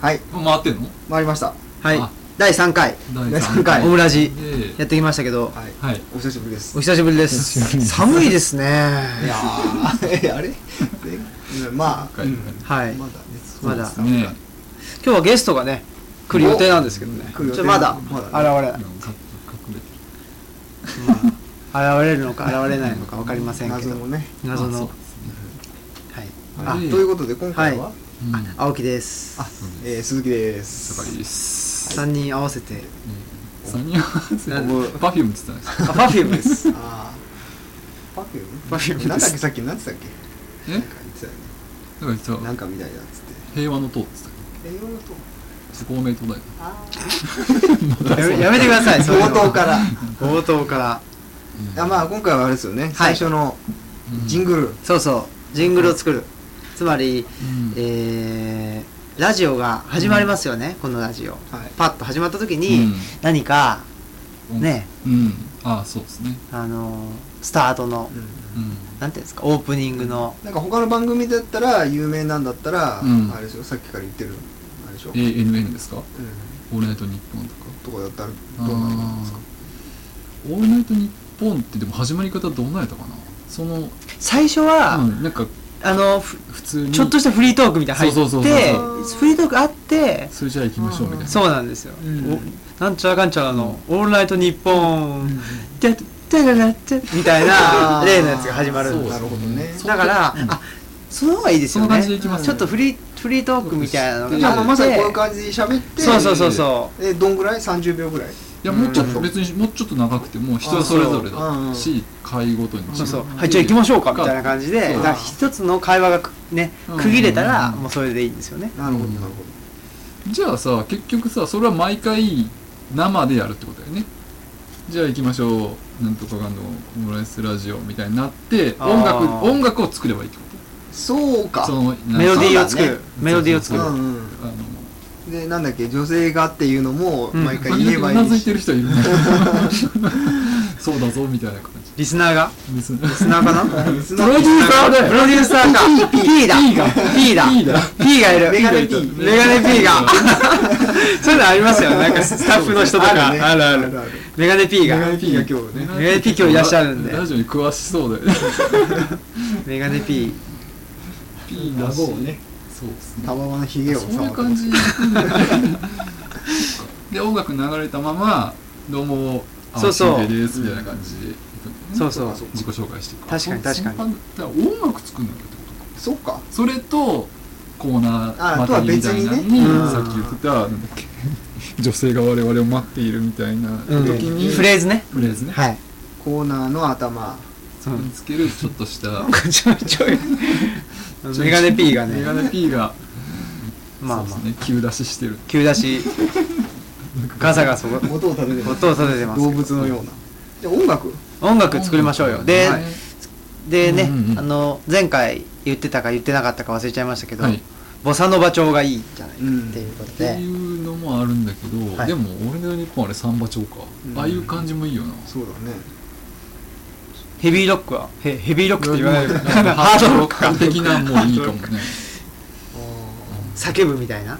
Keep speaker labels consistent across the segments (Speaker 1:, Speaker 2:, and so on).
Speaker 1: はい
Speaker 2: もう回ってんの
Speaker 1: 回りました
Speaker 3: はい
Speaker 2: あ
Speaker 3: 第3回
Speaker 2: 第
Speaker 1: 第
Speaker 2: 三
Speaker 1: 三
Speaker 3: オ
Speaker 1: 回
Speaker 3: ムラジ
Speaker 2: で
Speaker 3: やってきましたけど
Speaker 1: はい
Speaker 2: はい
Speaker 1: お久しぶりです
Speaker 3: お久しぶりです
Speaker 4: お久しぶりです
Speaker 3: 寒いですね
Speaker 1: いやー えあれでうんまあ、
Speaker 2: はい
Speaker 1: うん
Speaker 3: はい
Speaker 1: ま
Speaker 3: 今
Speaker 1: だ熱
Speaker 3: まだ
Speaker 1: そうです
Speaker 2: ね
Speaker 1: か
Speaker 3: 日はゲストがね来る予定なんですけどね
Speaker 1: お
Speaker 3: ち
Speaker 1: 来る
Speaker 3: ょ
Speaker 1: 予
Speaker 3: っ
Speaker 1: 定
Speaker 3: とまだ現
Speaker 1: まだね
Speaker 3: れ
Speaker 2: え
Speaker 3: な
Speaker 2: ないんか隠れてる
Speaker 3: まあ現れるのか現れないのか分かりませんけ
Speaker 1: 謎
Speaker 3: ど
Speaker 1: もね、
Speaker 3: 謎の
Speaker 2: あそう
Speaker 3: は
Speaker 2: です
Speaker 3: い
Speaker 1: は
Speaker 2: あ
Speaker 1: い、ということで今回は、
Speaker 3: は
Speaker 2: ねうん
Speaker 3: 青木です
Speaker 1: あ、えー、鈴木です
Speaker 2: 酒井です
Speaker 3: 3人合わせて
Speaker 2: 三人合わせ
Speaker 3: なんで
Speaker 2: パフュームって言ってたんです
Speaker 3: あ Perfume です
Speaker 1: あーパフューム
Speaker 3: パフュームです
Speaker 1: なんだっけさっき何て言ったっけ
Speaker 2: え
Speaker 1: なんか言ってたよ
Speaker 2: なんか言って
Speaker 1: ね
Speaker 2: た
Speaker 1: なんかみたいだっつって
Speaker 2: 平和の党って言ってたっ
Speaker 1: 栄養と
Speaker 2: け公明党だ
Speaker 1: あ
Speaker 2: よ
Speaker 3: やめやめてくださいそういう
Speaker 1: 冒
Speaker 3: の
Speaker 1: 頭から
Speaker 3: 冒頭から
Speaker 1: あまあ今回はあれですよね、最初の
Speaker 2: うん
Speaker 1: ジングル、
Speaker 3: そうそうジングルを作るつまり
Speaker 2: うん
Speaker 3: えーラジオが始まりますよねこのラジオ
Speaker 1: はい
Speaker 3: パッと始まった時に
Speaker 2: うん
Speaker 3: 何かね
Speaker 2: うんああそうですね
Speaker 3: あのースタートの
Speaker 1: うん
Speaker 2: うん
Speaker 3: なんていうんですかオープニングの
Speaker 1: なんか他の番組だったら有名なんだったら、
Speaker 2: うん
Speaker 1: あれですよさっきから言ってるあれでしょ、うん、
Speaker 2: ANN ですかオールナイトニッポン
Speaker 1: と
Speaker 2: とか
Speaker 1: かだったら
Speaker 2: あ
Speaker 1: どうなるんですか
Speaker 2: ーオールナイトニッポンってでも始まり方どんなやったかなその
Speaker 3: 最初は、
Speaker 2: うんなんか
Speaker 3: あのふ
Speaker 2: 普通に
Speaker 3: ちょっとしたフリートークみたいなの入って
Speaker 2: そうそうそう
Speaker 1: そう
Speaker 3: フリートークあって
Speaker 2: それじゃあ行きましょうみたいな
Speaker 3: そうなんですよ、
Speaker 1: うん
Speaker 3: おなんちゃらかんちゃらの「オールナイトニッポン」てってってってってみたいな
Speaker 1: あー
Speaker 3: 例のやつが始まるん
Speaker 2: そう
Speaker 3: で
Speaker 1: な
Speaker 3: す
Speaker 1: るほどね
Speaker 2: そ
Speaker 3: だから、
Speaker 2: うん
Speaker 3: あその方がいいですよね
Speaker 2: その感じで行きますね
Speaker 3: ちょっとフリーフリートークみたいなのが
Speaker 2: うん
Speaker 1: あ
Speaker 3: あ
Speaker 1: まあ
Speaker 3: って
Speaker 1: まさにこういう感じで喋って
Speaker 3: そうそうそうそ
Speaker 1: えどんぐらい30秒ぐらい
Speaker 2: いやもうちょっ
Speaker 1: う
Speaker 2: と
Speaker 1: ん
Speaker 2: 別にもうちょっと長くても人それぞれだし会ごとに
Speaker 3: うそうそう
Speaker 2: 違
Speaker 3: はいじゃあ行きましょうかみたいな感じ
Speaker 2: そ
Speaker 3: で
Speaker 2: う
Speaker 3: だから一つの会話がくね
Speaker 2: うん
Speaker 3: 区切れたら
Speaker 2: うん
Speaker 3: もうそれでいいんですよね
Speaker 1: なるほど
Speaker 2: うん
Speaker 1: なるほ
Speaker 2: じゃあさ結局さそれは毎回生でやるってことだよねじゃあ行きましょうなんとかがのオムライスラジオみたいになって
Speaker 3: あー
Speaker 2: 音楽音楽を作ればいいってこ
Speaker 1: どそう
Speaker 2: と
Speaker 1: か
Speaker 2: その
Speaker 3: メロディーを
Speaker 1: そ
Speaker 3: 作
Speaker 1: うだ
Speaker 3: る
Speaker 1: ね
Speaker 3: メロディーを作る
Speaker 2: そ
Speaker 1: うんうん
Speaker 2: あの
Speaker 1: でなんだっけ女性がっていうのも
Speaker 3: うん
Speaker 1: 毎回言え
Speaker 2: 時々
Speaker 1: ば
Speaker 2: う
Speaker 1: い
Speaker 2: ないずい
Speaker 1: し、
Speaker 2: てる人いるね そうだぞみたいな感じ
Speaker 3: リスナーが
Speaker 2: です
Speaker 3: リスナーかな
Speaker 1: プ
Speaker 2: プロデューサーだ
Speaker 3: プ
Speaker 2: よ
Speaker 3: ロデューサーか P だ P だ P だ
Speaker 2: P だ
Speaker 3: P がいる
Speaker 1: メガネ P
Speaker 3: メガネ P がそういうのありますよねなんかスタッフの人とか
Speaker 1: ね
Speaker 3: あるある
Speaker 1: ある
Speaker 3: メガネ P
Speaker 1: メ
Speaker 3: が
Speaker 1: ガネ P が今日ね
Speaker 3: メガネ P 今日いらっしゃるんで
Speaker 2: ラジオに詳しそうだよね
Speaker 3: メガネ P
Speaker 2: P だし
Speaker 1: 孫をね
Speaker 2: そうですね
Speaker 1: たままのひげを
Speaker 2: そう
Speaker 1: 触
Speaker 2: いう感じで音楽流れたままどうも
Speaker 3: そうそう
Speaker 2: 青木ですみたいな感じで行くんだよね
Speaker 3: そうそう
Speaker 2: 自己紹介していく
Speaker 3: 確かに確かに
Speaker 2: そんなだから音楽作んなきゃってことか
Speaker 1: そうか
Speaker 2: それとコーナ
Speaker 1: あ
Speaker 2: ーま
Speaker 1: とは
Speaker 2: たぎみ
Speaker 1: 別
Speaker 2: たい
Speaker 1: に
Speaker 2: な
Speaker 1: ね
Speaker 2: のに
Speaker 3: うん
Speaker 2: さっき言ってたなんだっけ 女性が我々を待っているみたいな時
Speaker 3: うん
Speaker 2: に
Speaker 3: フレーズね
Speaker 2: フレーズね
Speaker 3: はい
Speaker 1: コーナーの頭
Speaker 3: そ
Speaker 2: 見つけるちょっとした
Speaker 3: うちょいちょい メガネ P が
Speaker 2: メガ
Speaker 3: ね
Speaker 2: ネ P が
Speaker 3: ま
Speaker 2: そう
Speaker 3: あまあ
Speaker 2: ですね急出ししてる
Speaker 3: 急だしガサガサ
Speaker 1: 音を立ててます
Speaker 3: 音を立ててます
Speaker 1: 動物のようなで音楽
Speaker 3: 音楽作りましょうよで
Speaker 2: はい
Speaker 3: でね
Speaker 2: うんうんうん
Speaker 3: あの前回言ってたか言ってなかったか忘れちゃいましたけど
Speaker 2: はい
Speaker 3: ボサノバ調がいいんじゃないかっていうこと
Speaker 2: って
Speaker 3: で
Speaker 2: いうのもあるんだけど、
Speaker 3: はい
Speaker 2: でも俺の日本あれサンバ調か、
Speaker 1: うん
Speaker 2: ああいう感じもいいよな
Speaker 1: そうだね
Speaker 3: ヘビーロックはヘヘビーロックって言わないで
Speaker 2: なんか
Speaker 3: ハードロックか
Speaker 2: 的なもういいかもね
Speaker 3: 叫ぶみたいな
Speaker 1: あ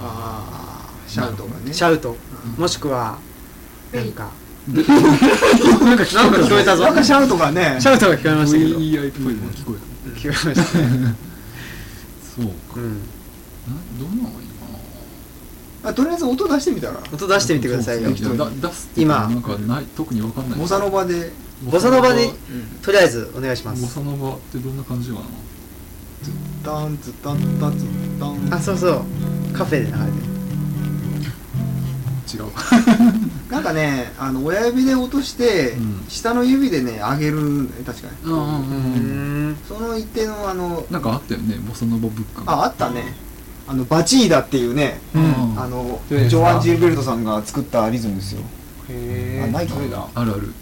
Speaker 1: あシャウトがね
Speaker 3: シャウトもしくはなんか
Speaker 2: なんか
Speaker 3: なんか聞こえたぞ
Speaker 1: なんかシャウトがね
Speaker 3: シャウトが聞こえましたけど
Speaker 2: VI っぽいの聞こえ
Speaker 3: 聞こえましたね
Speaker 2: たそうか
Speaker 3: うん
Speaker 2: などんなのがいいかな
Speaker 1: あとりあえず音出してみたら
Speaker 3: 音出してみてくださいよ
Speaker 2: そうそうだ出すっていうかなんかない特にわかんない
Speaker 1: ボサノバで
Speaker 3: ボサノバで
Speaker 1: うん
Speaker 3: とりあえずお願いしま
Speaker 2: ボ
Speaker 3: す
Speaker 2: サノバってどんな感じかな
Speaker 1: ダンツダンダンツダン
Speaker 3: あそうそうカフェで流れて
Speaker 2: 違う
Speaker 1: なんかねあの親指で落として、
Speaker 2: うん
Speaker 1: 下の指でね上げるんだよね確かに
Speaker 2: うんう
Speaker 3: るうん
Speaker 1: その一定のあの
Speaker 2: なんかあったよねボサノバブック
Speaker 1: ああったねあのバチーダっていうね、
Speaker 2: うん
Speaker 1: あの
Speaker 2: どれです
Speaker 4: ジ
Speaker 2: か
Speaker 4: ョアン・ジルベルトさんが作ったリズムですよ。あ
Speaker 3: へ
Speaker 4: ないか
Speaker 1: どれだ
Speaker 2: あるある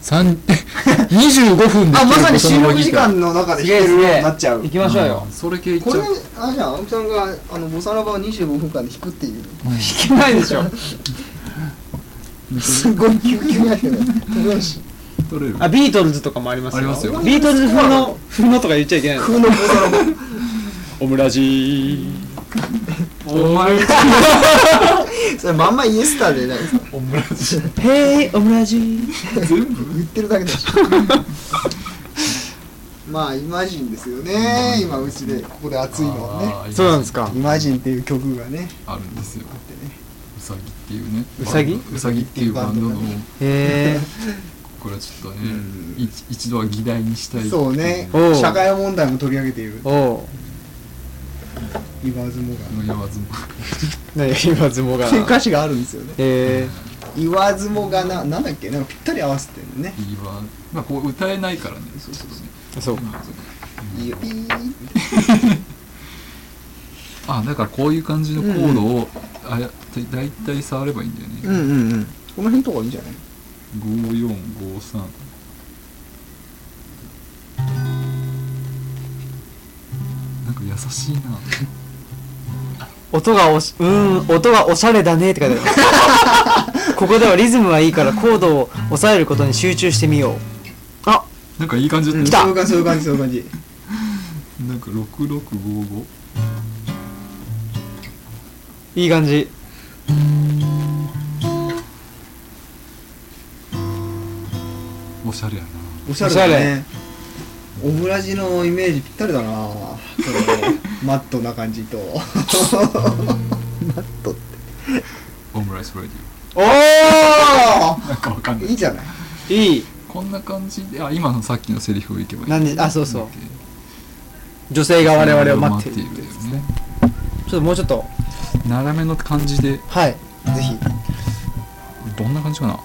Speaker 4: 三25分で
Speaker 1: あまさに
Speaker 4: 切る
Speaker 1: 収
Speaker 4: ボタンが
Speaker 1: 録時間の中で弾けるようになっちゃう
Speaker 3: 行きましょうよ
Speaker 2: んそれ系いっ
Speaker 1: こ
Speaker 2: ち
Speaker 1: れ
Speaker 2: ゃう
Speaker 1: あじゃあ青木さんがあのボサラバを25分間で弾くっていう
Speaker 2: うん
Speaker 3: 弾けないでしょ
Speaker 1: すごい急急にやってるよし
Speaker 2: 取れる
Speaker 3: あビートルズとかもありますよ
Speaker 2: ありますよ
Speaker 3: ビートルズ風の風のとか言っちゃいけないの
Speaker 1: 風のボサラバ
Speaker 3: オムラジ
Speaker 2: お前
Speaker 1: それまんまイエスターじゃない ですか
Speaker 2: オムラジ
Speaker 3: ヘイオムラジ
Speaker 2: 全部
Speaker 1: 言ってるだけだし まあイマジンですよね今うちでここで熱いのはね
Speaker 2: あー
Speaker 3: そうなんですか
Speaker 1: イマジンっていう曲がね
Speaker 2: あるんですよ
Speaker 1: あってね
Speaker 2: うさぎっていうね
Speaker 3: うさぎ
Speaker 2: バンドうさぎっていうバンドの
Speaker 1: うさぎっていう
Speaker 3: へえ
Speaker 2: これはちょっと
Speaker 1: うん
Speaker 2: ねい一度は議題にしたい
Speaker 1: そうね
Speaker 3: おう
Speaker 1: 社会問題も取り上げている
Speaker 3: おう
Speaker 1: イバーズモが
Speaker 2: の言わずも
Speaker 3: 何今相撲が
Speaker 1: っていう歌詞があるんですよね
Speaker 3: え
Speaker 1: 言わずもがななんだっけなんかぴったり合わせてるね
Speaker 2: 言いわまあこう歌えないからねそうそうそう
Speaker 3: ー、そう
Speaker 1: いいよピー
Speaker 2: あだからこういう感じのコードをあやって大体触ればいいんだよ
Speaker 1: うん
Speaker 2: ね、
Speaker 1: うんうんこの辺とかいいんじゃない
Speaker 2: 5453なんか優しいな
Speaker 3: 音がおしうーん音がおしゃれだねって書いてあ るここではリズムはいいからコードを抑えることに集中してみようあ
Speaker 2: なんかいい感じだ
Speaker 1: う
Speaker 2: っ
Speaker 1: ん
Speaker 2: た
Speaker 1: そういう感じそういう感じそういう感じ
Speaker 2: なんか6655
Speaker 3: いい感じ
Speaker 2: おしゃれやな
Speaker 1: おしゃれだねオムラジのイメージぴったりだなそれマットな感じ とマットって
Speaker 2: オムライスラディ
Speaker 3: お
Speaker 1: あ
Speaker 2: オなんかわかん
Speaker 1: あ
Speaker 2: ない
Speaker 1: いいじゃない
Speaker 3: ーいい
Speaker 2: こんな感じであ今のさっきのセリフいけばいい
Speaker 3: なんであそうそう
Speaker 2: なんだっ
Speaker 3: 女性が
Speaker 2: け
Speaker 3: 我々を待っている
Speaker 2: 待
Speaker 3: ち
Speaker 2: っ
Speaker 3: ょ
Speaker 2: ているよね
Speaker 3: っともうちょっと
Speaker 2: 斜めの感じで
Speaker 3: はい
Speaker 1: ぜひ
Speaker 2: どんな感じかな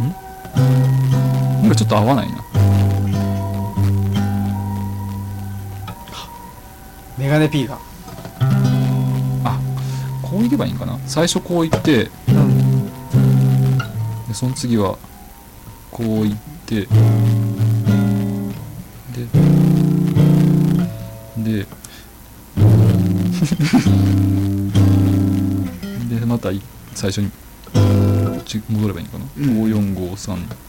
Speaker 2: うんんなんかちょっと合わないな
Speaker 3: メガネ P が
Speaker 2: こういけばいいんかな最初こういってで
Speaker 3: うん
Speaker 2: その次はこういってで ででまたい最初にこっち戻ればいいのかな、
Speaker 1: うん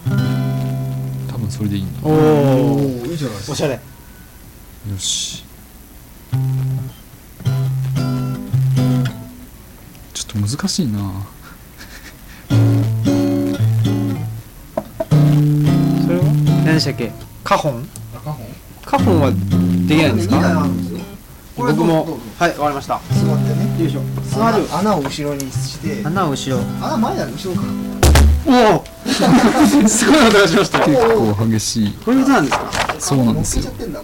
Speaker 2: 5453多分それでいいんだ
Speaker 3: お
Speaker 1: お
Speaker 3: お
Speaker 1: おいいじゃないです
Speaker 3: お
Speaker 1: か
Speaker 3: しゃれ
Speaker 2: よしちょっと難しいな
Speaker 3: それは何でしたっけカホン
Speaker 1: 赤本
Speaker 3: カホンはできないんです
Speaker 1: 二台あ
Speaker 3: か
Speaker 1: るんですよこれ
Speaker 3: 僕も
Speaker 1: どうぞ
Speaker 3: はいわかりました
Speaker 1: どうぞ座ってね
Speaker 3: よいしょ
Speaker 1: 座る穴を後ろにして
Speaker 3: 穴を後ろ
Speaker 1: 穴前だね後ろか
Speaker 3: おお すごい音がしました
Speaker 2: 結構激しい
Speaker 3: こういうことなんですか
Speaker 2: そうなんですよ
Speaker 1: 乗っけちゃってんだ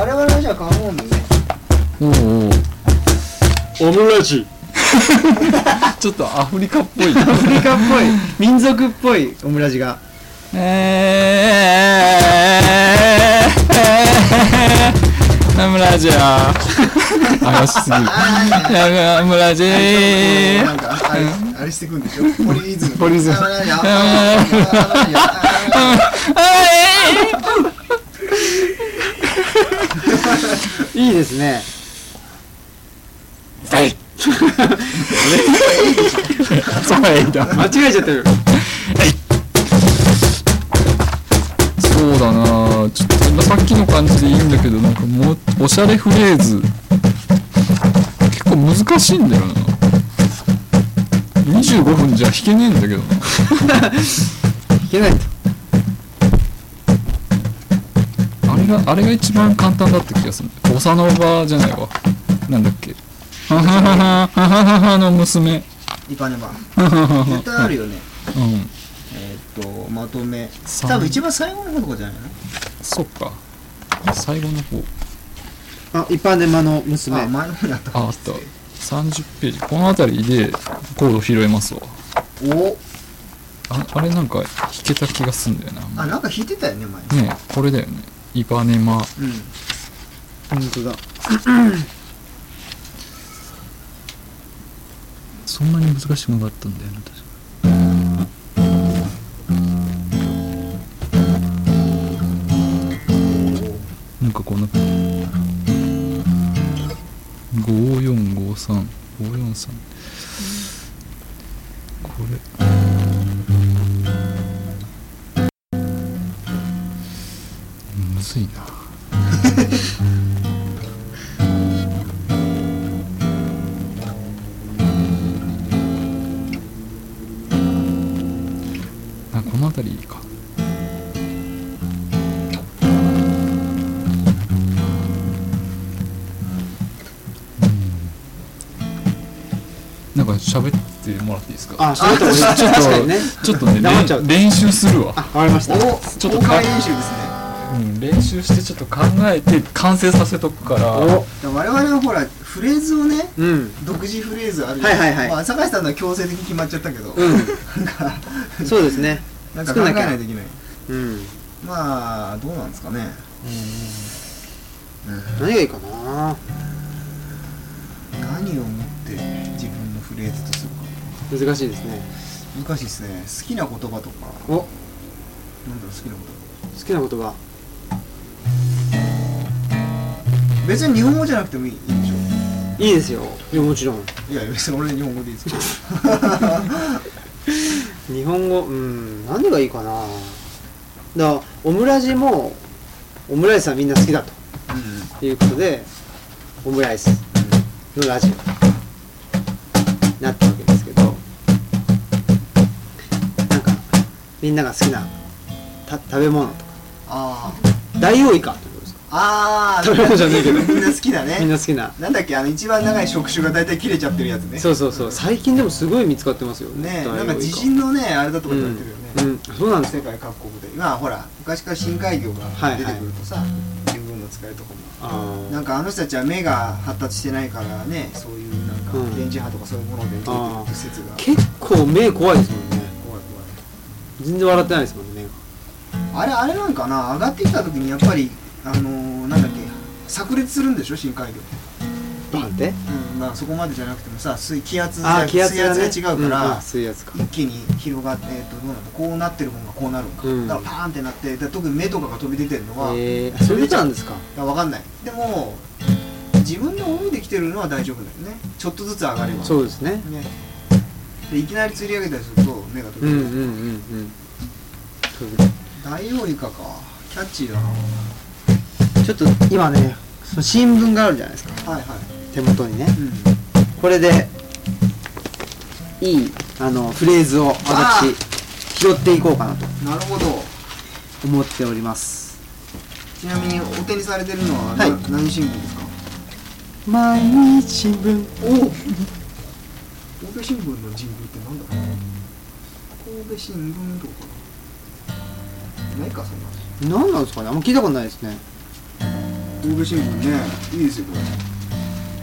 Speaker 1: 我々はじゃあカモンでね
Speaker 2: おうおう
Speaker 3: オムラジ
Speaker 2: ちょっとアフリカっぽい
Speaker 3: アフリカっぽい民族っぽいオムラジが
Speaker 2: えームラジオ怪しすぎるナムラジ
Speaker 1: なんかあれあれしてくん でしょポリリズムポリズム
Speaker 3: いいですね
Speaker 2: そうだ
Speaker 3: 間違えちゃってる
Speaker 2: そうだなちょっと今さっきの感じでいいんだけどなんかもうおしゃれフレーズ結構難しいんだよな25分じゃ弾けねえんだけどない
Speaker 3: けないと
Speaker 2: あれが、あれが一番簡単だった気がする。ボサノバじゃないわ。なんだっけ。はははは、ははははの娘。
Speaker 1: リパネバ
Speaker 2: ははは
Speaker 1: 絶対あるよね
Speaker 2: はうん。
Speaker 1: えーっとまとめ
Speaker 2: 三
Speaker 1: 多分一番最後の方とかじゃないの
Speaker 2: そっか。最後の方。
Speaker 3: あ一般で間の娘
Speaker 1: あ前の方にあった
Speaker 2: あ、あった。30ページ。この辺りでコード拾えますわ。
Speaker 1: お
Speaker 2: ああれなんか弾けた気がすんだよな。
Speaker 1: あなんか弾いてたよね前
Speaker 2: ねえ、これだよね。イバネマ。
Speaker 1: うん
Speaker 3: 本当だ
Speaker 2: そんなに難しくなかったんだよな、確か。なんかこんな5453543むずいな あこの辺りいいかうんなんか喋ってもらっていいですか
Speaker 3: あ、そういうとこ
Speaker 2: ちょっと
Speaker 3: 確かにね。
Speaker 2: ちょっとね
Speaker 3: 黙っちゃう
Speaker 2: 練練習するわ
Speaker 3: あ、わかりました。
Speaker 1: お
Speaker 2: ちょっと
Speaker 1: 公開演習ですね
Speaker 2: うん、練習してちょっと考えて完成させとくから
Speaker 3: お、
Speaker 1: だから我々はほらフレーズをね
Speaker 3: うん。
Speaker 1: 独自フレーズある
Speaker 3: はいはいはい
Speaker 1: まあ、坂井さんのは強制的に決まっちゃったけど、
Speaker 3: う
Speaker 1: なんか
Speaker 3: ん。そうですね。
Speaker 1: なんか
Speaker 3: 作
Speaker 1: 考
Speaker 3: ん
Speaker 1: え
Speaker 3: なきゃ
Speaker 1: ないといけない
Speaker 3: うん。
Speaker 1: まあどうなんですかね
Speaker 3: 何がいいかな
Speaker 1: 何をもって自分のフレーズとするか
Speaker 3: 難しいですね。
Speaker 1: 難しいですね好きな言葉とかなんだ
Speaker 3: お、
Speaker 1: ろう
Speaker 3: 好
Speaker 1: 好きな言葉
Speaker 3: きな言葉。
Speaker 1: 別に日本語じゃなくてもいいいいでしょ
Speaker 3: いいですよ。いや、もちろん。
Speaker 1: いや別に俺日本語でいいですけど
Speaker 3: 日本語、うん。何がいいかなだから、オムラジも、オムライスはみんな好きだということで、オムライスのラジオになったわけですけど、なんか、みんなが好きなた食べ物とか、
Speaker 1: あ
Speaker 3: 大王イカってことですか
Speaker 1: あああ
Speaker 3: 食べ物じゃねえけど
Speaker 1: みんな好きだ
Speaker 3: みん
Speaker 1: ね
Speaker 3: な好きな。
Speaker 1: なんだっけあの一番長い触手が大体切れちゃってるやつね
Speaker 3: そうそうそう最近でもすごい見つかってますよ
Speaker 1: ねえ
Speaker 3: ダイオウ
Speaker 1: な
Speaker 3: イ
Speaker 1: ん
Speaker 3: カ
Speaker 1: か地震のねあれだとか言われてるよね、
Speaker 3: うん、うん、そうなんです
Speaker 1: 世
Speaker 3: よ
Speaker 1: 界各国で今ほら昔から深海魚が出てくるとさ、自分の使いとかも
Speaker 3: あー
Speaker 1: なんかあの人たちは目が発達してないからねそういうなんか
Speaker 3: うん
Speaker 1: 電磁波とかそういうもので見て
Speaker 3: あー
Speaker 1: る説が怖い
Speaker 3: 結構目怖いですもんね
Speaker 1: 怖い
Speaker 3: 全然笑ってないですもんね
Speaker 1: あれあれなんかな上がってきた時にやっぱりあのー、なんだっけ炸裂するんでしょ深海魚って、
Speaker 3: バンって
Speaker 1: うん、まあそこまでじゃなくてもさ水気圧
Speaker 3: あ
Speaker 1: が
Speaker 3: ー気圧がね
Speaker 1: 水圧が違うから、
Speaker 3: んあ水圧か
Speaker 1: 一気に広がって、えっと、どうなのこうなってるものがこうなるのか、
Speaker 3: うん
Speaker 1: だからパーンってなってで特に目とかが飛び出てるのは、
Speaker 3: えー、そういうことなんですか
Speaker 1: いやわかんないでも自分の思いできてるのは大丈夫だよねちょっとずつ上がれば
Speaker 3: そうですね
Speaker 1: ねでいきなり釣り上げたりすると目が飛
Speaker 3: うん
Speaker 1: ぶ、
Speaker 3: うんうんうんそう
Speaker 1: ダイオウイカかキャッチーだな
Speaker 3: ちょっと今ねその新聞があるじゃないですか
Speaker 1: はいはい
Speaker 3: 手元にね
Speaker 1: うん
Speaker 3: これでいいあのフレーズを
Speaker 1: あ
Speaker 3: 私拾っていこうかなと
Speaker 1: なるほど
Speaker 3: 思っております
Speaker 1: ちなみにお手にされてるのは、
Speaker 3: はい
Speaker 1: な何新聞ですか
Speaker 3: 毎日新聞
Speaker 1: おお神戸新聞の人文ってなんだろう神戸新聞とかかなないかそんな
Speaker 3: 何なんですかねあんま聞いたことないですね
Speaker 1: 神戸新聞ねいいですよこれ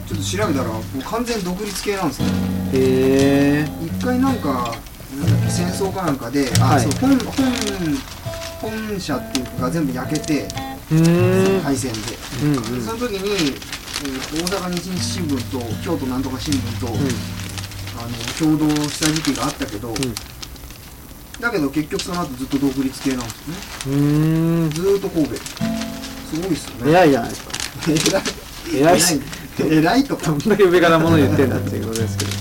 Speaker 1: ちょっと調べたらもう完全独立系なんですね
Speaker 3: へえ
Speaker 1: 一回なんかなんだっけ戦争かなんかで、
Speaker 3: は
Speaker 1: あ
Speaker 3: い
Speaker 1: そう本本本社っていうかが全部焼けて
Speaker 3: うーん
Speaker 1: 敗戦で、
Speaker 3: うんうん
Speaker 1: その時に、えー大阪日日新聞と京都なんとか新聞と、あの共同した時期があったけど、だけど結局その後ずっと独立系なんですよね
Speaker 3: うんう
Speaker 1: ずーっと神戸すごいっすよ
Speaker 3: ーん
Speaker 1: ね
Speaker 3: 偉いじゃないですか
Speaker 1: 偉い
Speaker 3: 偉いし
Speaker 1: 偉い偉いとか
Speaker 3: どんだけ上から物言ってんだっていうことですけど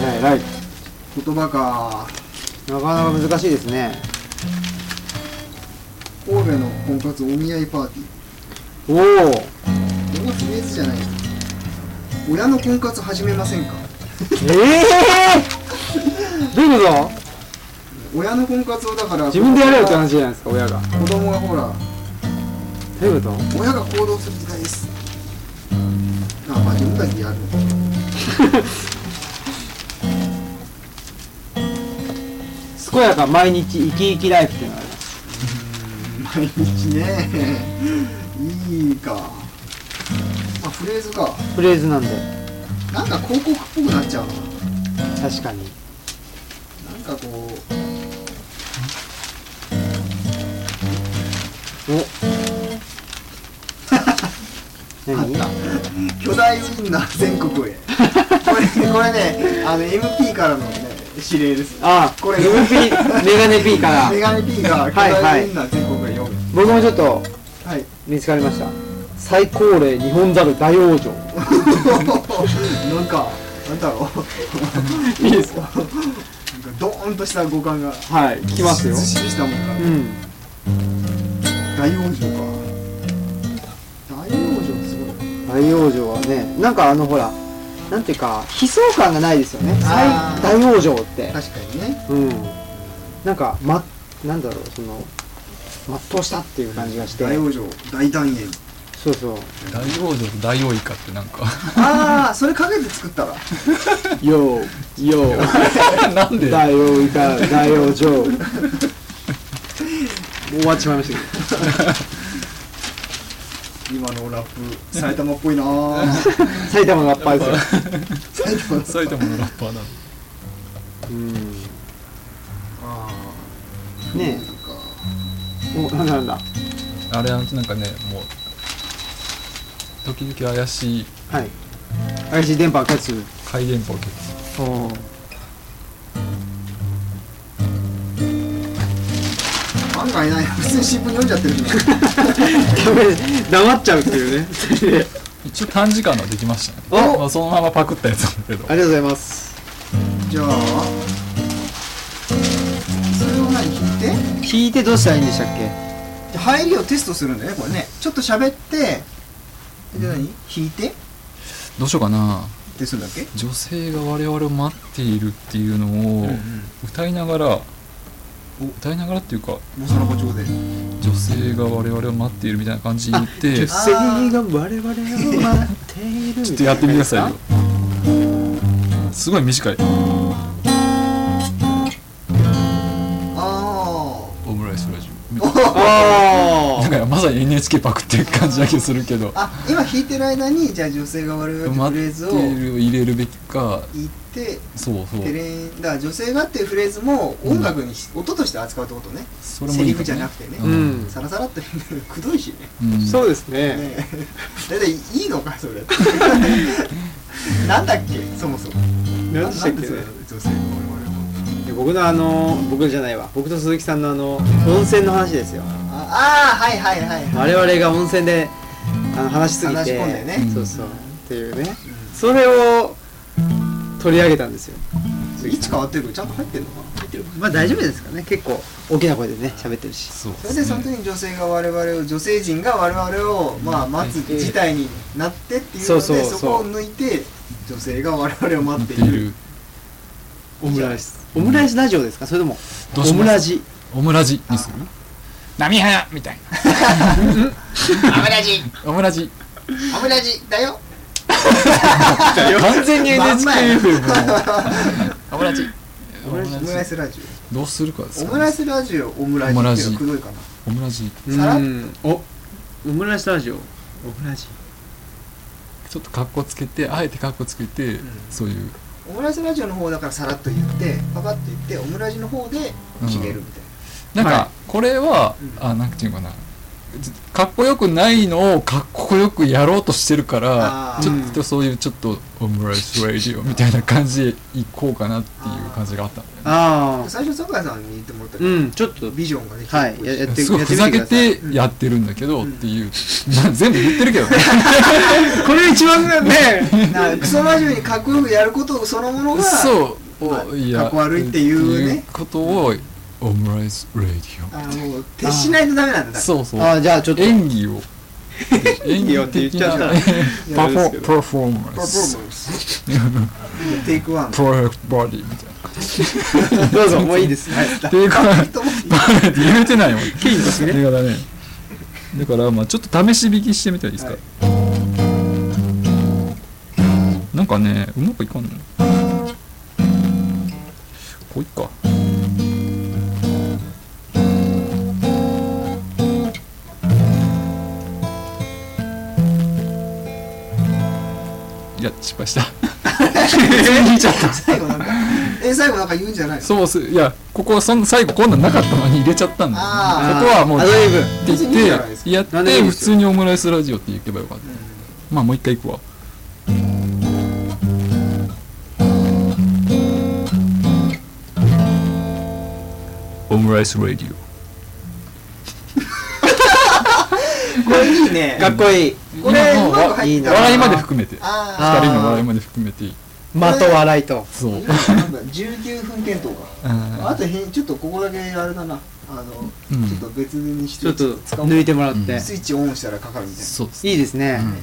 Speaker 3: 偉い偉い
Speaker 1: 言葉か
Speaker 3: なかなか難しいですね
Speaker 1: 神戸の婚活お見合いパーティー
Speaker 3: おお
Speaker 1: このフレーズじゃない親の婚活始めませんか
Speaker 3: ええー、どういうこ
Speaker 1: 親の婚活をだから
Speaker 3: と自分でやれよって話じゃないですか親が
Speaker 1: 子供がほら
Speaker 3: どういうこ
Speaker 1: 親が行動する時代ですあまあ自分たちでやるのか
Speaker 3: と健やか毎日生き生きライフっていうのがあります
Speaker 1: 毎日ねいいかまあフレーズか
Speaker 3: フレーズなんで
Speaker 1: なんか広告っぽくなっちゃうな
Speaker 3: 確かに
Speaker 1: なんかこう
Speaker 3: お何
Speaker 1: 巨大ウインナー全国へこれこれねあの MP からのね指令です
Speaker 3: あ
Speaker 1: これ
Speaker 3: MP メガネ P から
Speaker 1: メガネ P が巨大ウインナー全国へ読む
Speaker 3: 僕もちょっと
Speaker 1: はい
Speaker 3: 見つかりました最高齢日本猿大往生
Speaker 1: なんかなんだろう
Speaker 3: いいですか
Speaker 1: なんかドーンとした五感が
Speaker 3: はい聞きますよ
Speaker 1: ずっしりしたもんか
Speaker 3: うん
Speaker 1: ら大往生か大往生ってすごいな
Speaker 3: 大往生はねなんかあのほらなんていうか悲壮感がないですよね最
Speaker 1: あー
Speaker 3: 大往生って
Speaker 1: 確かにね
Speaker 3: うんなんかまなんだろうその全うしたっていう感じがして
Speaker 1: 大往生大断言
Speaker 3: そうそう
Speaker 2: 大往生と大王イカってなん か
Speaker 1: ああそれかけて作ったら
Speaker 3: 「 ようよう
Speaker 2: なんで
Speaker 3: 大王以下大往生」もう終わっちまいましたけ
Speaker 1: 今のラップ埼玉っぽいな ー
Speaker 3: ど埼玉のラッパーですよ
Speaker 1: 埼玉
Speaker 2: 埼玉のラッパーなの
Speaker 3: うん
Speaker 1: ああなん
Speaker 3: ね
Speaker 1: か
Speaker 3: えおなんだなんだ
Speaker 2: あれなんかねもう時々怪しい
Speaker 3: はい怪しい電波かつ
Speaker 2: 回電波を受けて
Speaker 3: お
Speaker 1: 案外ない普通に新聞読んじゃってるね
Speaker 3: 黙っちゃうっていうね
Speaker 2: 一応短時間のはできましたね
Speaker 3: お
Speaker 2: まあ、そのままパクったやつなんだけど
Speaker 3: ありがとうございます
Speaker 1: じゃあそれを何聞いて
Speaker 3: 聞いてどうしたらいいんでしたっけ
Speaker 1: で入りをテストするんだよねこれねちょっと喋ってで何弾いてっ
Speaker 2: どうしようかな
Speaker 1: てするんだっけ
Speaker 2: 女性が我々を待っているっていうのを歌いながら、歌いながらっていうか
Speaker 1: ボサノバ調で
Speaker 2: 女性が我々を待っているみたいな感じに言ってちょ
Speaker 3: 正義が我々を待っているみたいな
Speaker 2: っとやってみてくださいよすごい短い
Speaker 1: あ
Speaker 2: オムライスラジオ
Speaker 3: あ
Speaker 2: なんかまさに NHK パクっていう感じだけするけど
Speaker 1: ああ今弾いてる間にじゃあ女性が我々ってフ
Speaker 2: 待
Speaker 1: レー
Speaker 2: って
Speaker 1: ズ
Speaker 2: い
Speaker 1: を
Speaker 2: るを入れるべきか
Speaker 1: 言って
Speaker 2: そうそう
Speaker 1: テレンだから女性がっていうフレーズも音楽にし、音として扱うってことね
Speaker 2: それも
Speaker 1: セ
Speaker 2: い
Speaker 1: リ
Speaker 2: いか
Speaker 1: フ
Speaker 2: も
Speaker 1: じゃなくてね、
Speaker 2: うん
Speaker 1: さらさらっと言うのくどいしね
Speaker 2: うん
Speaker 3: そうですね
Speaker 1: ねえだいたいいいのか それなんだっけそもそも
Speaker 3: 何でしたっ
Speaker 1: な
Speaker 3: け
Speaker 1: んそれ
Speaker 3: ね
Speaker 1: 女性が我々を
Speaker 3: 僕のあの僕じゃないわ僕と鈴木さんのあの温泉の話ですよ
Speaker 1: ああーはいはいはいはい
Speaker 3: 我々が温泉であの話しすぎて
Speaker 1: 話し込んでね
Speaker 3: そうそうっていうねそれを取り上げたんですよ
Speaker 1: 位置変わってるけどちゃんと入ってるのかな入ってる
Speaker 3: まあ大丈夫ですかね結構大きな声でね喋ってるし
Speaker 2: そう
Speaker 1: それでその時に女性が我々を女性陣が我々をまあ待つ事態になってっていうの
Speaker 3: そう
Speaker 1: で
Speaker 3: そうそう
Speaker 1: そこを抜いて女性が我々を待っ
Speaker 2: 待
Speaker 1: て
Speaker 2: っ
Speaker 1: い
Speaker 2: てい
Speaker 1: る
Speaker 2: る
Speaker 3: オムライスオムライスラジオですかそれとも
Speaker 2: どうし
Speaker 3: オ
Speaker 2: ます
Speaker 3: ムラジ
Speaker 2: オムラジにする波早みたい
Speaker 1: オムラジ
Speaker 2: なオムラジ
Speaker 1: オムラジだよ
Speaker 3: 完全に NHKFM
Speaker 2: オムラジ
Speaker 1: オムライスラジ
Speaker 2: どうするかです
Speaker 1: オオ
Speaker 2: か
Speaker 1: ムライスラジオオムラジっていうのはくどいかな
Speaker 2: オムラジ
Speaker 1: さらっと
Speaker 3: おオムライスラジオオムラジ
Speaker 2: ちょっとカッコつけてあえてカッコつけて、
Speaker 1: ん
Speaker 2: そういう
Speaker 1: オムライスラジオの方だからさらっと言ってパパッと言ってオムラジの方で決めるみたい
Speaker 2: なんか、
Speaker 3: は
Speaker 2: これは
Speaker 1: うん
Speaker 2: あなんていうのかなちょかっこよくないのをかっこよくやろうとしてるから
Speaker 1: あー
Speaker 2: ちょっとそういうちょっとオムライスラジオみたいな感じでいこうかなっていう感じがあったんだよね
Speaker 3: あ
Speaker 1: な、最初酒井さんに言ってもらったけど、
Speaker 3: うんちょっと
Speaker 1: ビジョンができて
Speaker 3: はいややって
Speaker 2: すごい
Speaker 3: やって
Speaker 2: ふざ
Speaker 3: みてく
Speaker 2: け
Speaker 3: ださい
Speaker 2: てやってるんだけどっ
Speaker 1: うん
Speaker 2: ていう、まあ全部言ってるけどね
Speaker 3: これ一番ね
Speaker 1: なクソ真面目にかっこよくやることそのものが
Speaker 2: そう、
Speaker 1: まあ
Speaker 2: おいや
Speaker 1: かっこ悪いっていうね
Speaker 2: ことをオムライスラジ
Speaker 1: あもう徹しないとダメなんだだから
Speaker 2: オそうそう
Speaker 3: あーじゃあちょっと
Speaker 2: 演技を演
Speaker 3: 技をって言っちゃったら
Speaker 2: 的なパフ
Speaker 3: やるんです
Speaker 2: ォ
Speaker 3: けど
Speaker 2: ーパフォーマ
Speaker 1: パ
Speaker 2: ン
Speaker 1: フォ
Speaker 2: ス
Speaker 1: ーマンステイク ワン
Speaker 2: プロダクトボディみたいな
Speaker 3: どうぞもういいですはい
Speaker 2: っていうか
Speaker 1: と思っ
Speaker 2: バカって言えてないもん
Speaker 3: ケインですね
Speaker 2: だからねだからまあちょっと試し引きしてみたらいいですか、なんかねうまくいかんのこういっかいや失敗した全ちゃった
Speaker 1: 最後なんかえ最後なんか言うんじゃないの
Speaker 2: そうすいやここはそん最後こんなんなかったのに入れちゃったんだよ
Speaker 1: あ
Speaker 2: ここはもう
Speaker 3: アドリブ
Speaker 2: って言
Speaker 1: 別にいいじゃないで
Speaker 2: っ
Speaker 1: す
Speaker 2: て
Speaker 1: か
Speaker 2: やって
Speaker 3: 何でもいいで
Speaker 2: 普
Speaker 3: すよ
Speaker 2: 通にオムライスラジオって言けばよかった
Speaker 1: う
Speaker 2: まあもう一回行くわオムライスラジ
Speaker 1: んこれいいね
Speaker 3: かっこいい
Speaker 1: これうまく
Speaker 2: オ
Speaker 1: 入っ
Speaker 3: いい
Speaker 1: た
Speaker 3: な
Speaker 2: 笑いまで
Speaker 1: あ
Speaker 2: 含めて二
Speaker 1: あ
Speaker 2: 人の笑いまで含めて
Speaker 3: ーまと笑いと
Speaker 2: そう、う
Speaker 1: な
Speaker 2: ん、
Speaker 1: んか19分検討かあ
Speaker 2: あ
Speaker 1: とへんちょっとここだけあれだなあの、
Speaker 2: うん
Speaker 1: ちょっと別にし
Speaker 3: ちょ
Speaker 1: て
Speaker 3: っと
Speaker 1: 使おう
Speaker 3: 抜いてもらって、
Speaker 2: うん
Speaker 1: スイッチオンしたらかかるみたい
Speaker 2: そうです
Speaker 3: いいですね、
Speaker 2: うん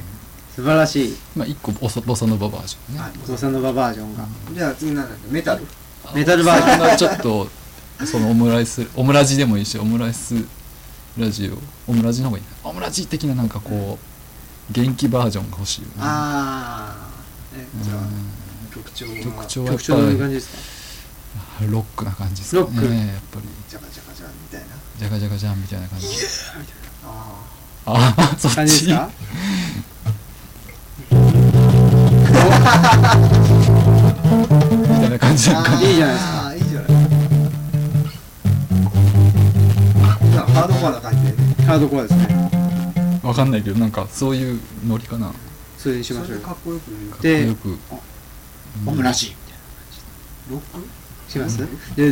Speaker 3: 素晴らしい
Speaker 2: まあ一個ボサボサノババージョンね
Speaker 1: な、は
Speaker 3: お父さんのババージョンが、
Speaker 1: い、じゃあ次なんだっけメタル
Speaker 3: メタルバージョン
Speaker 2: そんなちょっとそのオムライスオムラジでもいいしオムライスラジオオムラジの方がいいなオムラジ的ななんかこう元気バージョンが欲しいよね
Speaker 1: ああえじゃあ
Speaker 2: うん
Speaker 1: 局長
Speaker 2: 曲
Speaker 1: が
Speaker 2: 調はやっ
Speaker 3: 局
Speaker 2: ぱ
Speaker 3: 長の感じです
Speaker 2: りロックな感じですかね
Speaker 3: ロック
Speaker 2: やっぱり
Speaker 1: ジャカジャカジャカみたいな
Speaker 2: ジャカジャカジャンみたいな感じ
Speaker 1: あ
Speaker 2: ああそ
Speaker 3: か
Speaker 2: っ
Speaker 3: 感じです
Speaker 2: ち
Speaker 3: か
Speaker 2: みたいな感じなんか
Speaker 1: あ
Speaker 3: いいじゃないですか
Speaker 1: あーいいじゃないですかハードコアな感じでね
Speaker 3: ハードコアですね
Speaker 2: わかんないけどなんかそういうノリかな
Speaker 3: それにし
Speaker 1: そ
Speaker 3: ましょ
Speaker 1: れ
Speaker 3: う
Speaker 1: でか
Speaker 3: よ
Speaker 1: っこよく言うか
Speaker 3: で
Speaker 2: よく
Speaker 3: オムラジ
Speaker 1: ロック
Speaker 3: しますで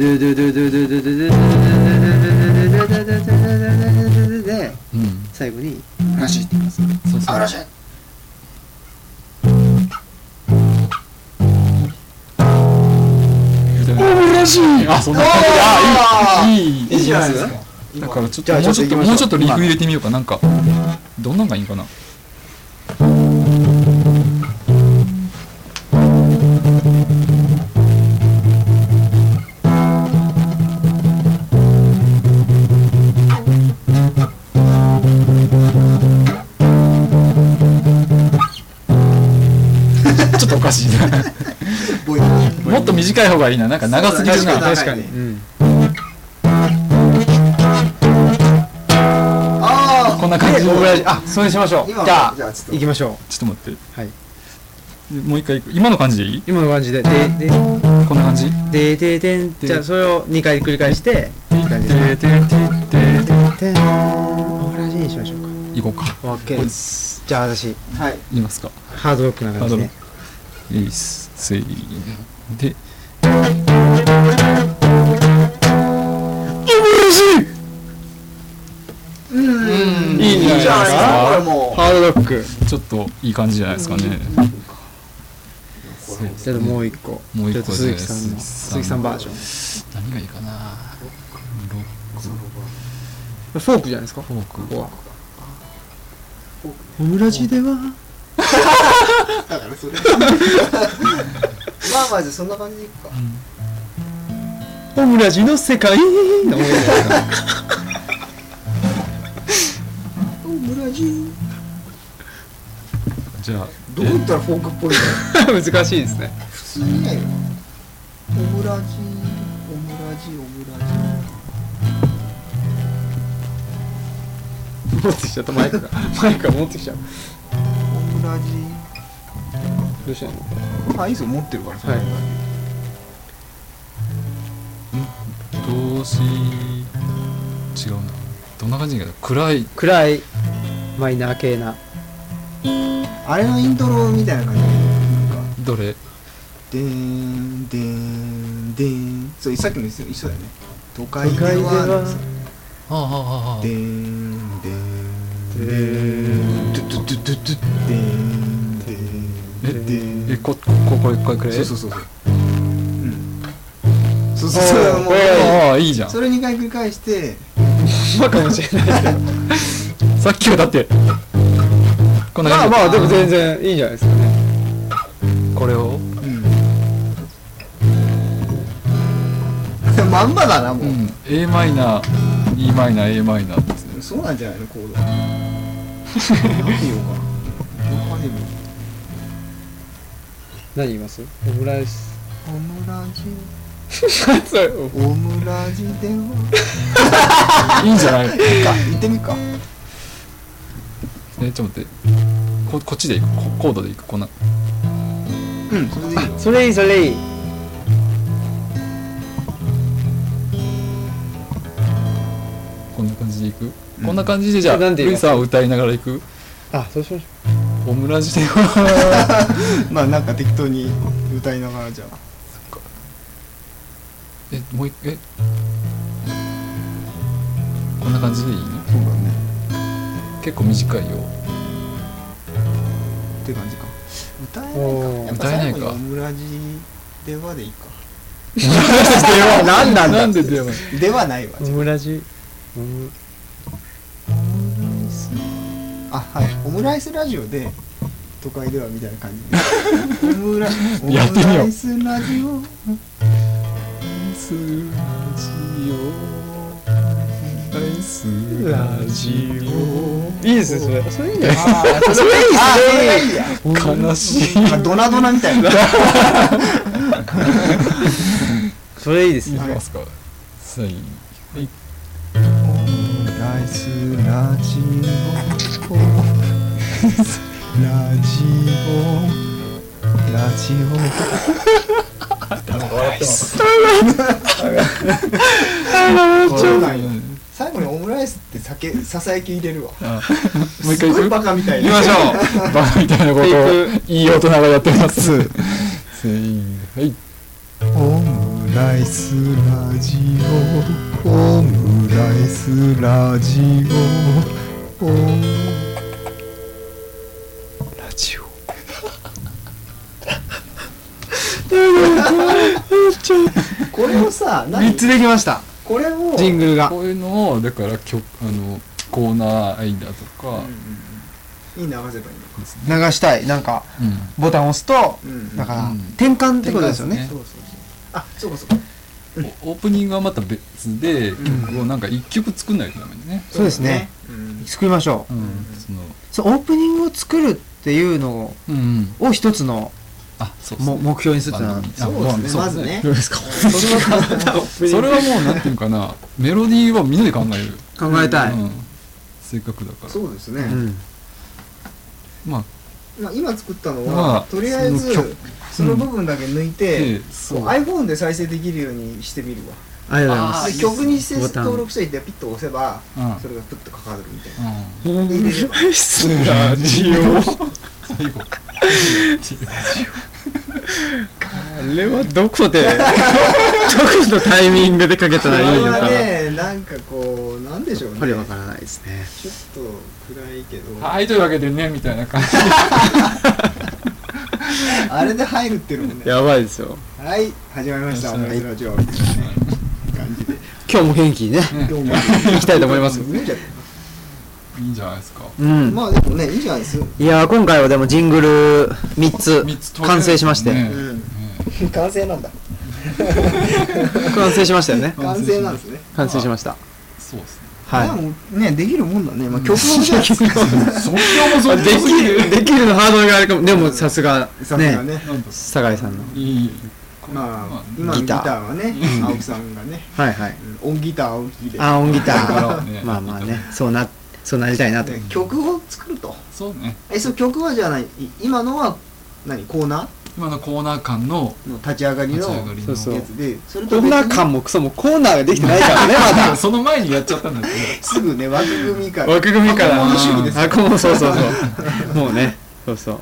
Speaker 2: うん
Speaker 3: 最後に
Speaker 1: らしいって言います
Speaker 2: そうそう
Speaker 1: い
Speaker 2: みたいな
Speaker 4: らしい
Speaker 2: あそんな感じあいいいい
Speaker 3: いいじゃないですか
Speaker 2: だからちょっ
Speaker 3: じ
Speaker 2: と
Speaker 3: ゃあ
Speaker 2: もうちょっ
Speaker 3: ち
Speaker 2: と
Speaker 3: ょっと行きましょう
Speaker 2: もうちょっとリーフ入れてみようかなんかどんなんがいいんかな ちょっとおかしいな
Speaker 1: ボイド
Speaker 2: もっと短い方がいいななんか長すぎるな
Speaker 1: 確かに
Speaker 4: うん
Speaker 1: あ
Speaker 2: こんな感じ
Speaker 3: オムラジあそれにしましょ
Speaker 1: あ
Speaker 3: うじ
Speaker 1: 今の
Speaker 3: ゃあ
Speaker 1: じゃあちょっ
Speaker 3: 行
Speaker 1: と
Speaker 3: きましょ
Speaker 2: ちょっと待って
Speaker 3: うはい
Speaker 2: でもう一回行く今の感じでいい
Speaker 3: 今の感じででで
Speaker 2: こんな感じ
Speaker 3: でででんじゃあそれを2回繰り返していい感じですね
Speaker 2: 行
Speaker 3: ででオムラジにしましょう
Speaker 2: こうか
Speaker 3: か OK
Speaker 2: こい
Speaker 3: で
Speaker 2: っ
Speaker 3: す
Speaker 2: す
Speaker 3: じゃあ私
Speaker 1: はい
Speaker 2: いきますか
Speaker 3: ハードロックな感じで
Speaker 2: いいっすせーので
Speaker 1: うん
Speaker 3: いいんじゃないですか
Speaker 1: これも
Speaker 3: ハードロック
Speaker 2: ちょっといい感じじゃないですかね
Speaker 3: ちょっともう一個
Speaker 2: もう
Speaker 3: ち
Speaker 2: 一
Speaker 3: ょ
Speaker 2: 個
Speaker 3: っと鈴木さんの
Speaker 2: 鈴
Speaker 3: 鈴
Speaker 2: 木さ
Speaker 3: 木さ
Speaker 2: ん
Speaker 3: ん
Speaker 2: の
Speaker 3: バージョ
Speaker 2: 何がいいかなロック
Speaker 3: ンフォークじゃないですかこ
Speaker 2: フォーク
Speaker 3: こはオムラジでは
Speaker 1: だからそれまあまあじゃあそんな感じでいくか
Speaker 3: オムラジの世界の
Speaker 1: オムラジ
Speaker 2: じゃあ
Speaker 1: どうやったらフォークっぽいの
Speaker 3: 難しいですね
Speaker 1: 普通にねオムラジオムラジオムラジ
Speaker 3: 持ってきちゃったマイクがマイクが持ってきちゃう
Speaker 1: オムラジ
Speaker 3: どうしたの
Speaker 1: あいいっすよ持ってるから
Speaker 3: はい
Speaker 2: どうし違うなどんな感じだっけど暗い
Speaker 3: 暗いマイナー系な
Speaker 1: あれのイントロみたいな感じなんか
Speaker 2: どれ
Speaker 1: でーんでーんでーんそうさっきの一緒一緒だよね都会
Speaker 3: 都
Speaker 1: で
Speaker 3: 会で
Speaker 1: はなんです
Speaker 3: は
Speaker 1: よ
Speaker 2: ああああああ
Speaker 1: でーんでーん
Speaker 3: でー
Speaker 1: でーんトゥトゥトゥトゥトゥでーんでーんでーん
Speaker 2: えこここれこれくれ
Speaker 1: そうそうそうそううんそうそうそ
Speaker 3: お
Speaker 1: う
Speaker 3: い
Speaker 1: も
Speaker 3: お
Speaker 1: う
Speaker 3: い
Speaker 2: ああいいじゃん
Speaker 1: それ2回繰り返して
Speaker 3: まあかもしれない
Speaker 2: さっきはだってこんな
Speaker 3: まあ
Speaker 2: 感じ
Speaker 3: まあでも全然いいんじゃないですかね
Speaker 2: これを
Speaker 1: うんまんまだなも
Speaker 2: う
Speaker 1: う、
Speaker 2: ん a マイナー e マイナー a マイナーですね
Speaker 1: そうなんじゃないのコード何て言おうかな他にも
Speaker 3: 何言いますオムライス
Speaker 1: オムラジ
Speaker 3: それオ
Speaker 1: オムラジではい
Speaker 2: いんじゃない
Speaker 1: いいか行ってみっか
Speaker 2: えちょっと待ってここっちでいくこコードでいくこんな
Speaker 1: うんそれでいいよ
Speaker 3: それいいそれいい
Speaker 2: こんな感じでいく、
Speaker 1: うん
Speaker 2: こんな感じでじゃあ
Speaker 3: なんて言い
Speaker 2: ルイ
Speaker 3: ます
Speaker 2: さんを歌いながらいく
Speaker 3: あそうしましょ
Speaker 2: オムラジでは
Speaker 1: まあなんか適当に歌いながらじゃあ
Speaker 2: えもう一回えこんな感じでいい
Speaker 1: そうだね
Speaker 2: 結構短いよ
Speaker 1: って感じか歌えないか。やっぱ最後に
Speaker 2: 歌えないか
Speaker 1: オムラジではでいいか。
Speaker 3: 何なんだ
Speaker 2: なんで電話
Speaker 1: ではないわ。
Speaker 3: オムラジオム
Speaker 1: あ、はい。オムライスラジオで都会ではみたいな感 じで。オムラオム
Speaker 5: やってみよう
Speaker 1: ライスラジ オ。
Speaker 2: スラジ
Speaker 3: いいですねそれそれいいんじゃない
Speaker 1: ああ、それいいね。あ、それがいいや。
Speaker 2: オ悲しい
Speaker 1: なんかドナドナみたいな。
Speaker 3: それいいです
Speaker 2: いき
Speaker 3: ね
Speaker 2: ますか最後
Speaker 1: ライスラジオラジオラジオそうなんよ最後にオムライスって酒ささやき入れるわ
Speaker 2: もう一回
Speaker 1: すごい
Speaker 2: 行く
Speaker 1: バカみたい
Speaker 2: 行き
Speaker 1: な
Speaker 2: ましょうバカみたいなことをいい大人がやってます全員はい
Speaker 1: オムライスラジオオムライスラジオオムラジオこれをさ何
Speaker 3: 3つできました
Speaker 1: これを
Speaker 3: ジングルが
Speaker 2: こういうのをだから曲あのコーナー間とか、
Speaker 1: に流せばいいのか
Speaker 5: 流したいなんか
Speaker 2: うん
Speaker 5: ボタンを押すと
Speaker 1: うん
Speaker 5: だか
Speaker 2: う
Speaker 5: ら
Speaker 2: ん
Speaker 5: 転換ってことですよ
Speaker 2: 転換で
Speaker 5: ね
Speaker 2: すね
Speaker 1: そうそうそうあそうかそうか
Speaker 2: オープニングはまた別で曲をなんか一曲作んないとダメだね、
Speaker 5: そうですね
Speaker 1: うん
Speaker 5: 作りましょう
Speaker 2: うんその
Speaker 5: そうオープニングを作るっていうの
Speaker 2: うんうん
Speaker 5: を一つの
Speaker 2: あそう
Speaker 5: も目標にするっていうのは
Speaker 1: そうですねまずね
Speaker 2: どうですか
Speaker 1: それは
Speaker 2: それはもうなんていうかなメロディーはみんなで考える、
Speaker 3: 考えたい、
Speaker 2: うん、せっかくだから
Speaker 1: そうですね、
Speaker 5: うん
Speaker 2: まあ
Speaker 1: まあ、今作ったの
Speaker 2: まあ
Speaker 1: はとりあえず
Speaker 2: そ
Speaker 1: そ
Speaker 2: の曲
Speaker 1: の部分だけ抜いて、
Speaker 2: でそう
Speaker 1: こう iPhone で再生できるようにしてみるわ
Speaker 3: ありがとうございま
Speaker 2: あ
Speaker 1: で
Speaker 2: いいっすね
Speaker 1: 曲にして
Speaker 3: ボタン
Speaker 1: 登録していてピッと押せば、
Speaker 2: うん
Speaker 1: それがプッとかかるみたいな
Speaker 2: う
Speaker 1: で入れれば
Speaker 3: す
Speaker 2: ん、ラジオ最後
Speaker 3: あれはどこでどこのタイミングでかけた
Speaker 1: こ
Speaker 3: らいい
Speaker 1: れ
Speaker 3: のかな
Speaker 1: は
Speaker 3: やっ
Speaker 1: ねなんかこうなんでしょうね
Speaker 3: ぱりわからないですね
Speaker 1: ちょっと暗いけど
Speaker 2: はいというわけでねみたいな感じで
Speaker 1: あれで入るっていうのもね
Speaker 3: やばいですよ
Speaker 1: はい始まりました「オムライスラジオ」みたいなね感じで
Speaker 3: 今日も元気にね
Speaker 1: どうも
Speaker 3: 行きたいと思います
Speaker 1: 抜いちゃっ
Speaker 2: いいんじゃないですか
Speaker 3: うん
Speaker 1: たまあでもねいいじゃないですか、
Speaker 3: いやー今回はでもジングル3つ
Speaker 2: 三つ取れる
Speaker 3: 完成しまして、
Speaker 2: ね
Speaker 1: うん、完成なんだ
Speaker 3: 完成しましたよね
Speaker 1: 完成なんですね
Speaker 3: 完成しました
Speaker 2: そうですね
Speaker 3: はい
Speaker 1: まあもうねできるもんだね、まあ、曲もじゃあ
Speaker 2: 即興もそ
Speaker 3: あ
Speaker 2: う
Speaker 3: できるできるのハードルがあるかもでもさすが
Speaker 1: さすが
Speaker 3: ね
Speaker 1: ね
Speaker 2: なんだ
Speaker 3: 酒井さんの
Speaker 2: いい
Speaker 1: ま
Speaker 2: まあ
Speaker 1: あ今の
Speaker 3: ギ
Speaker 1: ギ
Speaker 3: タ
Speaker 1: タ
Speaker 3: ー
Speaker 1: ーはね青木さんがね
Speaker 3: はいはい
Speaker 1: うん音ギター青木で
Speaker 3: あ音ギタ
Speaker 2: だから
Speaker 3: ー
Speaker 2: ね
Speaker 3: まあまあねそうなそうなりたいなと
Speaker 1: ね曲を作ると
Speaker 2: そうね
Speaker 1: えそう曲はじゃあない今のは何コーナ
Speaker 2: 今のコーナー間の
Speaker 1: ーの立ち上がり
Speaker 2: 立
Speaker 1: の
Speaker 2: ち上がりの
Speaker 3: そうそう
Speaker 1: やつでそれ
Speaker 3: ことん
Speaker 1: 別
Speaker 3: な
Speaker 1: に
Speaker 3: 感もクソもコーナーができてないからね
Speaker 2: まだその前にやっちゃったんだけ
Speaker 1: すぐね枠組みか
Speaker 3: まだ
Speaker 1: ら
Speaker 3: 枠組みから
Speaker 1: 箱物主義ですよ
Speaker 3: あこもそうそう そうもうねそうそう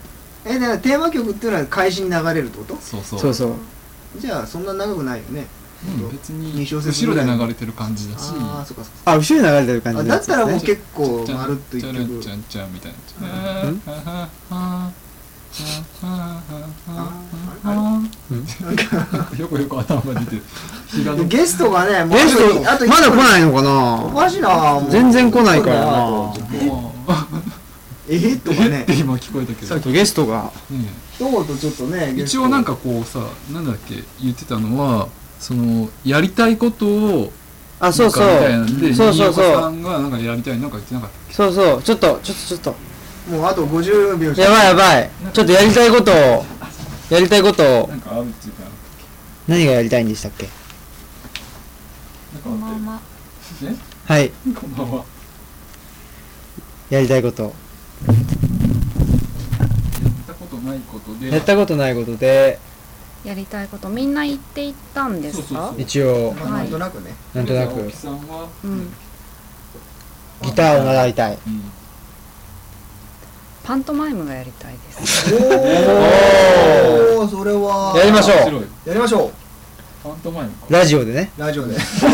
Speaker 1: えだからテーマ曲っていうのは開始に流れるってこと
Speaker 2: どそうそう
Speaker 3: そうそう
Speaker 1: じゃあそんな長くないよね
Speaker 2: うん別に
Speaker 1: 二小節
Speaker 2: 後ろ
Speaker 1: ぐ
Speaker 2: で
Speaker 1: らい
Speaker 2: 流れてる感じだし
Speaker 1: ああそっかそっか
Speaker 3: あ後ろに流れてる感
Speaker 1: あ
Speaker 3: じ
Speaker 1: だったらもう
Speaker 3: う
Speaker 1: 結構まるっと一
Speaker 2: ちゃら
Speaker 1: 曲
Speaker 2: ちゃんちゃんみたいな
Speaker 3: うん
Speaker 2: あ
Speaker 1: あ
Speaker 2: よくよく頭が出て る日が
Speaker 1: で
Speaker 2: の
Speaker 1: もゲストがねもう
Speaker 3: ゲ
Speaker 1: あ
Speaker 3: ス
Speaker 1: と
Speaker 3: ト
Speaker 1: いあと一
Speaker 3: まだ来
Speaker 1: 分
Speaker 3: ないのか
Speaker 1: お
Speaker 3: な
Speaker 1: かしいなもう
Speaker 3: 全然来ないからな
Speaker 1: そうだよあとえー、とか
Speaker 2: え
Speaker 1: ね
Speaker 2: って今聞こえたけ
Speaker 3: ちょ
Speaker 2: ど
Speaker 3: っとゲストが
Speaker 2: ね
Speaker 1: 一言ちょっとね
Speaker 2: 一応なんかこうさなんだっけ言ってたのはそのやりたいことを
Speaker 3: あそうそう
Speaker 2: なんかみたいなんで
Speaker 3: そうそ
Speaker 2: 新
Speaker 3: う
Speaker 2: 岡さ
Speaker 3: そうん
Speaker 2: がなんかやりたいなんか言ってなかった
Speaker 3: そうそうちょっとちょっとちょっと
Speaker 1: もうあと50秒しか
Speaker 3: やばいやばいちょっとやりたいことをやりたいことを
Speaker 2: なんかあるっていうか
Speaker 3: 何がやりたいんでしたっけ
Speaker 2: なんかあって
Speaker 3: はい
Speaker 2: こんばんは。
Speaker 3: やりたいこと
Speaker 2: やったことないことで。
Speaker 3: やったことないことで
Speaker 6: やりたいことみんな言っていったんですか
Speaker 2: そう
Speaker 3: 一応
Speaker 1: まあなんとなくね
Speaker 3: なんとな
Speaker 2: 青
Speaker 3: く
Speaker 2: 木さんは、
Speaker 6: うん
Speaker 3: ギターを習いたい
Speaker 2: うん
Speaker 6: パントマイムがやりたいです
Speaker 1: おーおそれは
Speaker 3: やりましょう
Speaker 2: 面白い
Speaker 1: やりましょ
Speaker 2: パントマイムか
Speaker 3: ラジオでね
Speaker 1: ラジオです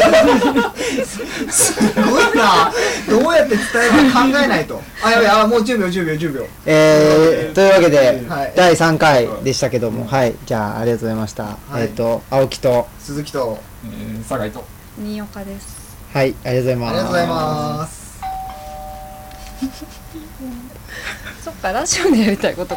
Speaker 1: ごいなどうやって伝えるか考えないとあやべあもう10秒10秒10秒
Speaker 3: えー、というわけで、
Speaker 1: はい
Speaker 3: 第3回でしたけども、はいじゃあありがとうございました、
Speaker 1: はい
Speaker 3: えっ、と青木と
Speaker 1: 鈴木と
Speaker 2: えー、酒井と
Speaker 6: 新岡です
Speaker 3: はいありがとうござい
Speaker 1: あり
Speaker 3: ます
Speaker 1: がとうございます
Speaker 6: そっかラジオでやりたいことか